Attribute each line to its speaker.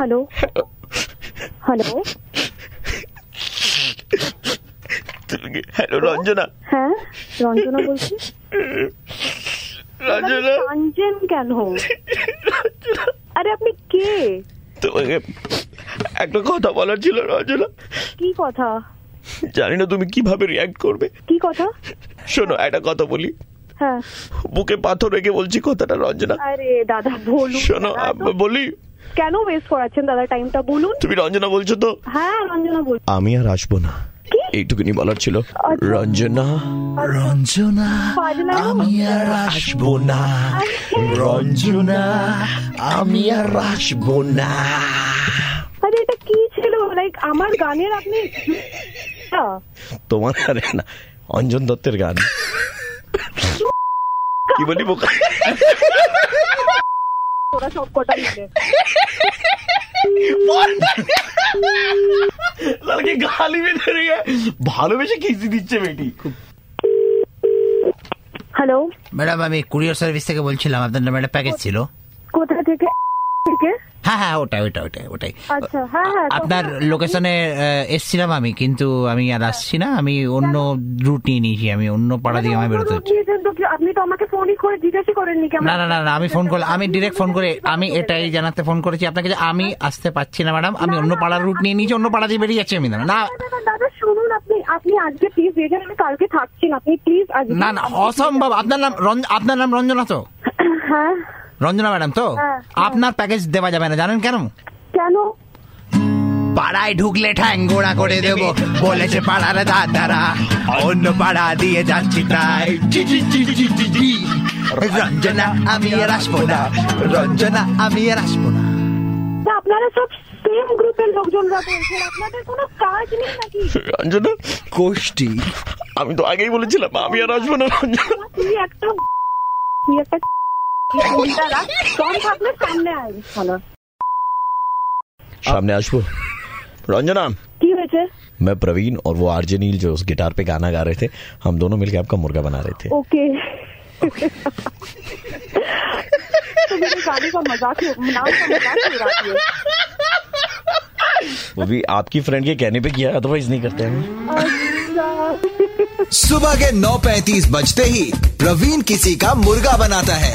Speaker 1: Hello hello
Speaker 2: hello Ranjana
Speaker 1: হ্যাঁ রঞ্জনা বলছি মানে
Speaker 2: রঞ্জনা
Speaker 1: কাঞ্চন কেন আরে আপনি কে
Speaker 2: তোমাকে একটা কথা বলার ছিল রঞ্জনা
Speaker 1: কি কথা
Speaker 2: জানি না তুমি কিভাবে রিয়াক্ট করবে
Speaker 1: কি কথা
Speaker 2: শোনো একটা কথা বলি
Speaker 1: হ্যাঁ
Speaker 2: বুকে পাথর রেখে বলছি কথাটা রঞ্জনা
Speaker 1: আরে দাদা বলুন
Speaker 2: শোনো
Speaker 1: দাদা,
Speaker 2: আব- বলি
Speaker 1: কেন ওয়েস্ট করাচ্ছেন দাদা টাইমটা বলুন
Speaker 2: তুমি রঞ্জনা বলছো তো
Speaker 1: হ্যাঁ রঞ্জনা বলছি
Speaker 2: আমি আর আসবো না
Speaker 1: কি?
Speaker 2: এইটুকুনি বলার ছিল রঞ্জনা
Speaker 3: রঞ্জনা
Speaker 1: পাগলা।
Speaker 3: আমি আর আসবো না রঞ্জনা আমি আর আসবো না
Speaker 1: আরে এটা কি ছিল লাইক আমার গানের আপনি
Speaker 2: তোমার আরে না অঞ্জন দত্তের গান কি বলি বোকা
Speaker 1: ওরা সব কটা মিলে
Speaker 2: लड़के गाली में धरे गए ভালোবেসে খিচি দিচ্ছে বেটি
Speaker 1: হ্যালো
Speaker 4: ম্যাডাম আমি কুরিয়ার সার্ভিস থেকে বলছিলাম আপনার নামে একটা প্যাকেজ ছিল
Speaker 1: কোথা থেকে থেকে
Speaker 4: হ্যাঁ হ্যাঁ ওটাই ওটাই ওটাই ওটাই
Speaker 1: আচ্ছা হ্যাঁ হ্যাঁ
Speaker 4: আপনার
Speaker 1: তখন-
Speaker 4: লোকেশনে আহ, এসছিলাম আমি কিন্তু আমি আর আসছি না আমি অন্য রুট নিয়ে নিয়েছি আমি অন্য পাড়া দিয়ে আমি
Speaker 1: আরে
Speaker 4: বেরোতে
Speaker 1: অনুরোধ
Speaker 4: হচ্ছে
Speaker 1: দিয়েছেন তো কি- আপনি তো আমাকে ফোনই করে জিজ্ঞাসা করেননি কেমন
Speaker 4: না না না না আমি ফোন করলাম আমি ডিরেক্ট ফোন করে আমি এটাই জানাতে ফোন করেছি আপনাকে যে আমি আসতে পারছি না ম্যাডাম আমি অন্য পাড়ার রুট নিয়ে নিয়েছি অন্য পাড়া দিয়ে বেরিয়ে যাচ্ছি আমি না না
Speaker 1: না, না, দাদা শুনুন আপনি আপনি আজকে প্লিজ দেখেন আমি কালকে থাকছি না আপনি প্লিজ আজকে
Speaker 4: না না অসম্ভব আপনার নাম রঞ্জ- আপনার নাম রঞ্জনা তো
Speaker 1: হ্যাঁ
Speaker 4: রঞ্জনা ম্যাডাম তো
Speaker 1: হ্যাঁ,
Speaker 4: আপনার প্যাকেজ দেওয়া যাবে না জানেন কেন
Speaker 1: কেন
Speaker 4: পাড়ায় ঢুকলে ঠ্যাং গোড়া করে দেব বলেছে পাড়ার দাদারা অন্য পাড়া দিয়ে যাচ্ছি তাই জি, জি, জি, জি, জি, জি। রঞ্জনা আমি আর আসবো না রঞ্জনা আমি আর আসবো না
Speaker 1: তা আপনারা সব সেম গ্রুপের লোকজনরা বলছেন আপনাদের কোনো কাজ নেই নাকি
Speaker 2: রঞ্জনা
Speaker 3: কোষ্টি
Speaker 2: আমি তো আগেই বলেছিলাম আমি আর আসবো না রঞ্জনা
Speaker 1: তুই একটা তুই একটা তুই ফোনটা রাখ। দম থাকলে সামনে আয় শালা।
Speaker 2: सामने আসবো रंजना
Speaker 1: কি হয়েছে
Speaker 2: मैं प्रवीण और वो आरजे नील जो उस गिटार पे गाना गा रहे थे हम दोनों मिलके आपका मुर्गा बना रहे थे
Speaker 1: ओके तो मेरे गाने का मजाक ही- नाम का मजाक ही उड़ा दिए।
Speaker 2: वो भी आपकी फ्रेंड के कहने पे किया अदरवाइज नहीं करते हैं
Speaker 1: Ờ, dạ.
Speaker 3: सुबह के 9:35 बजते ही प्रवीण किसी का मुर्गा बनाता है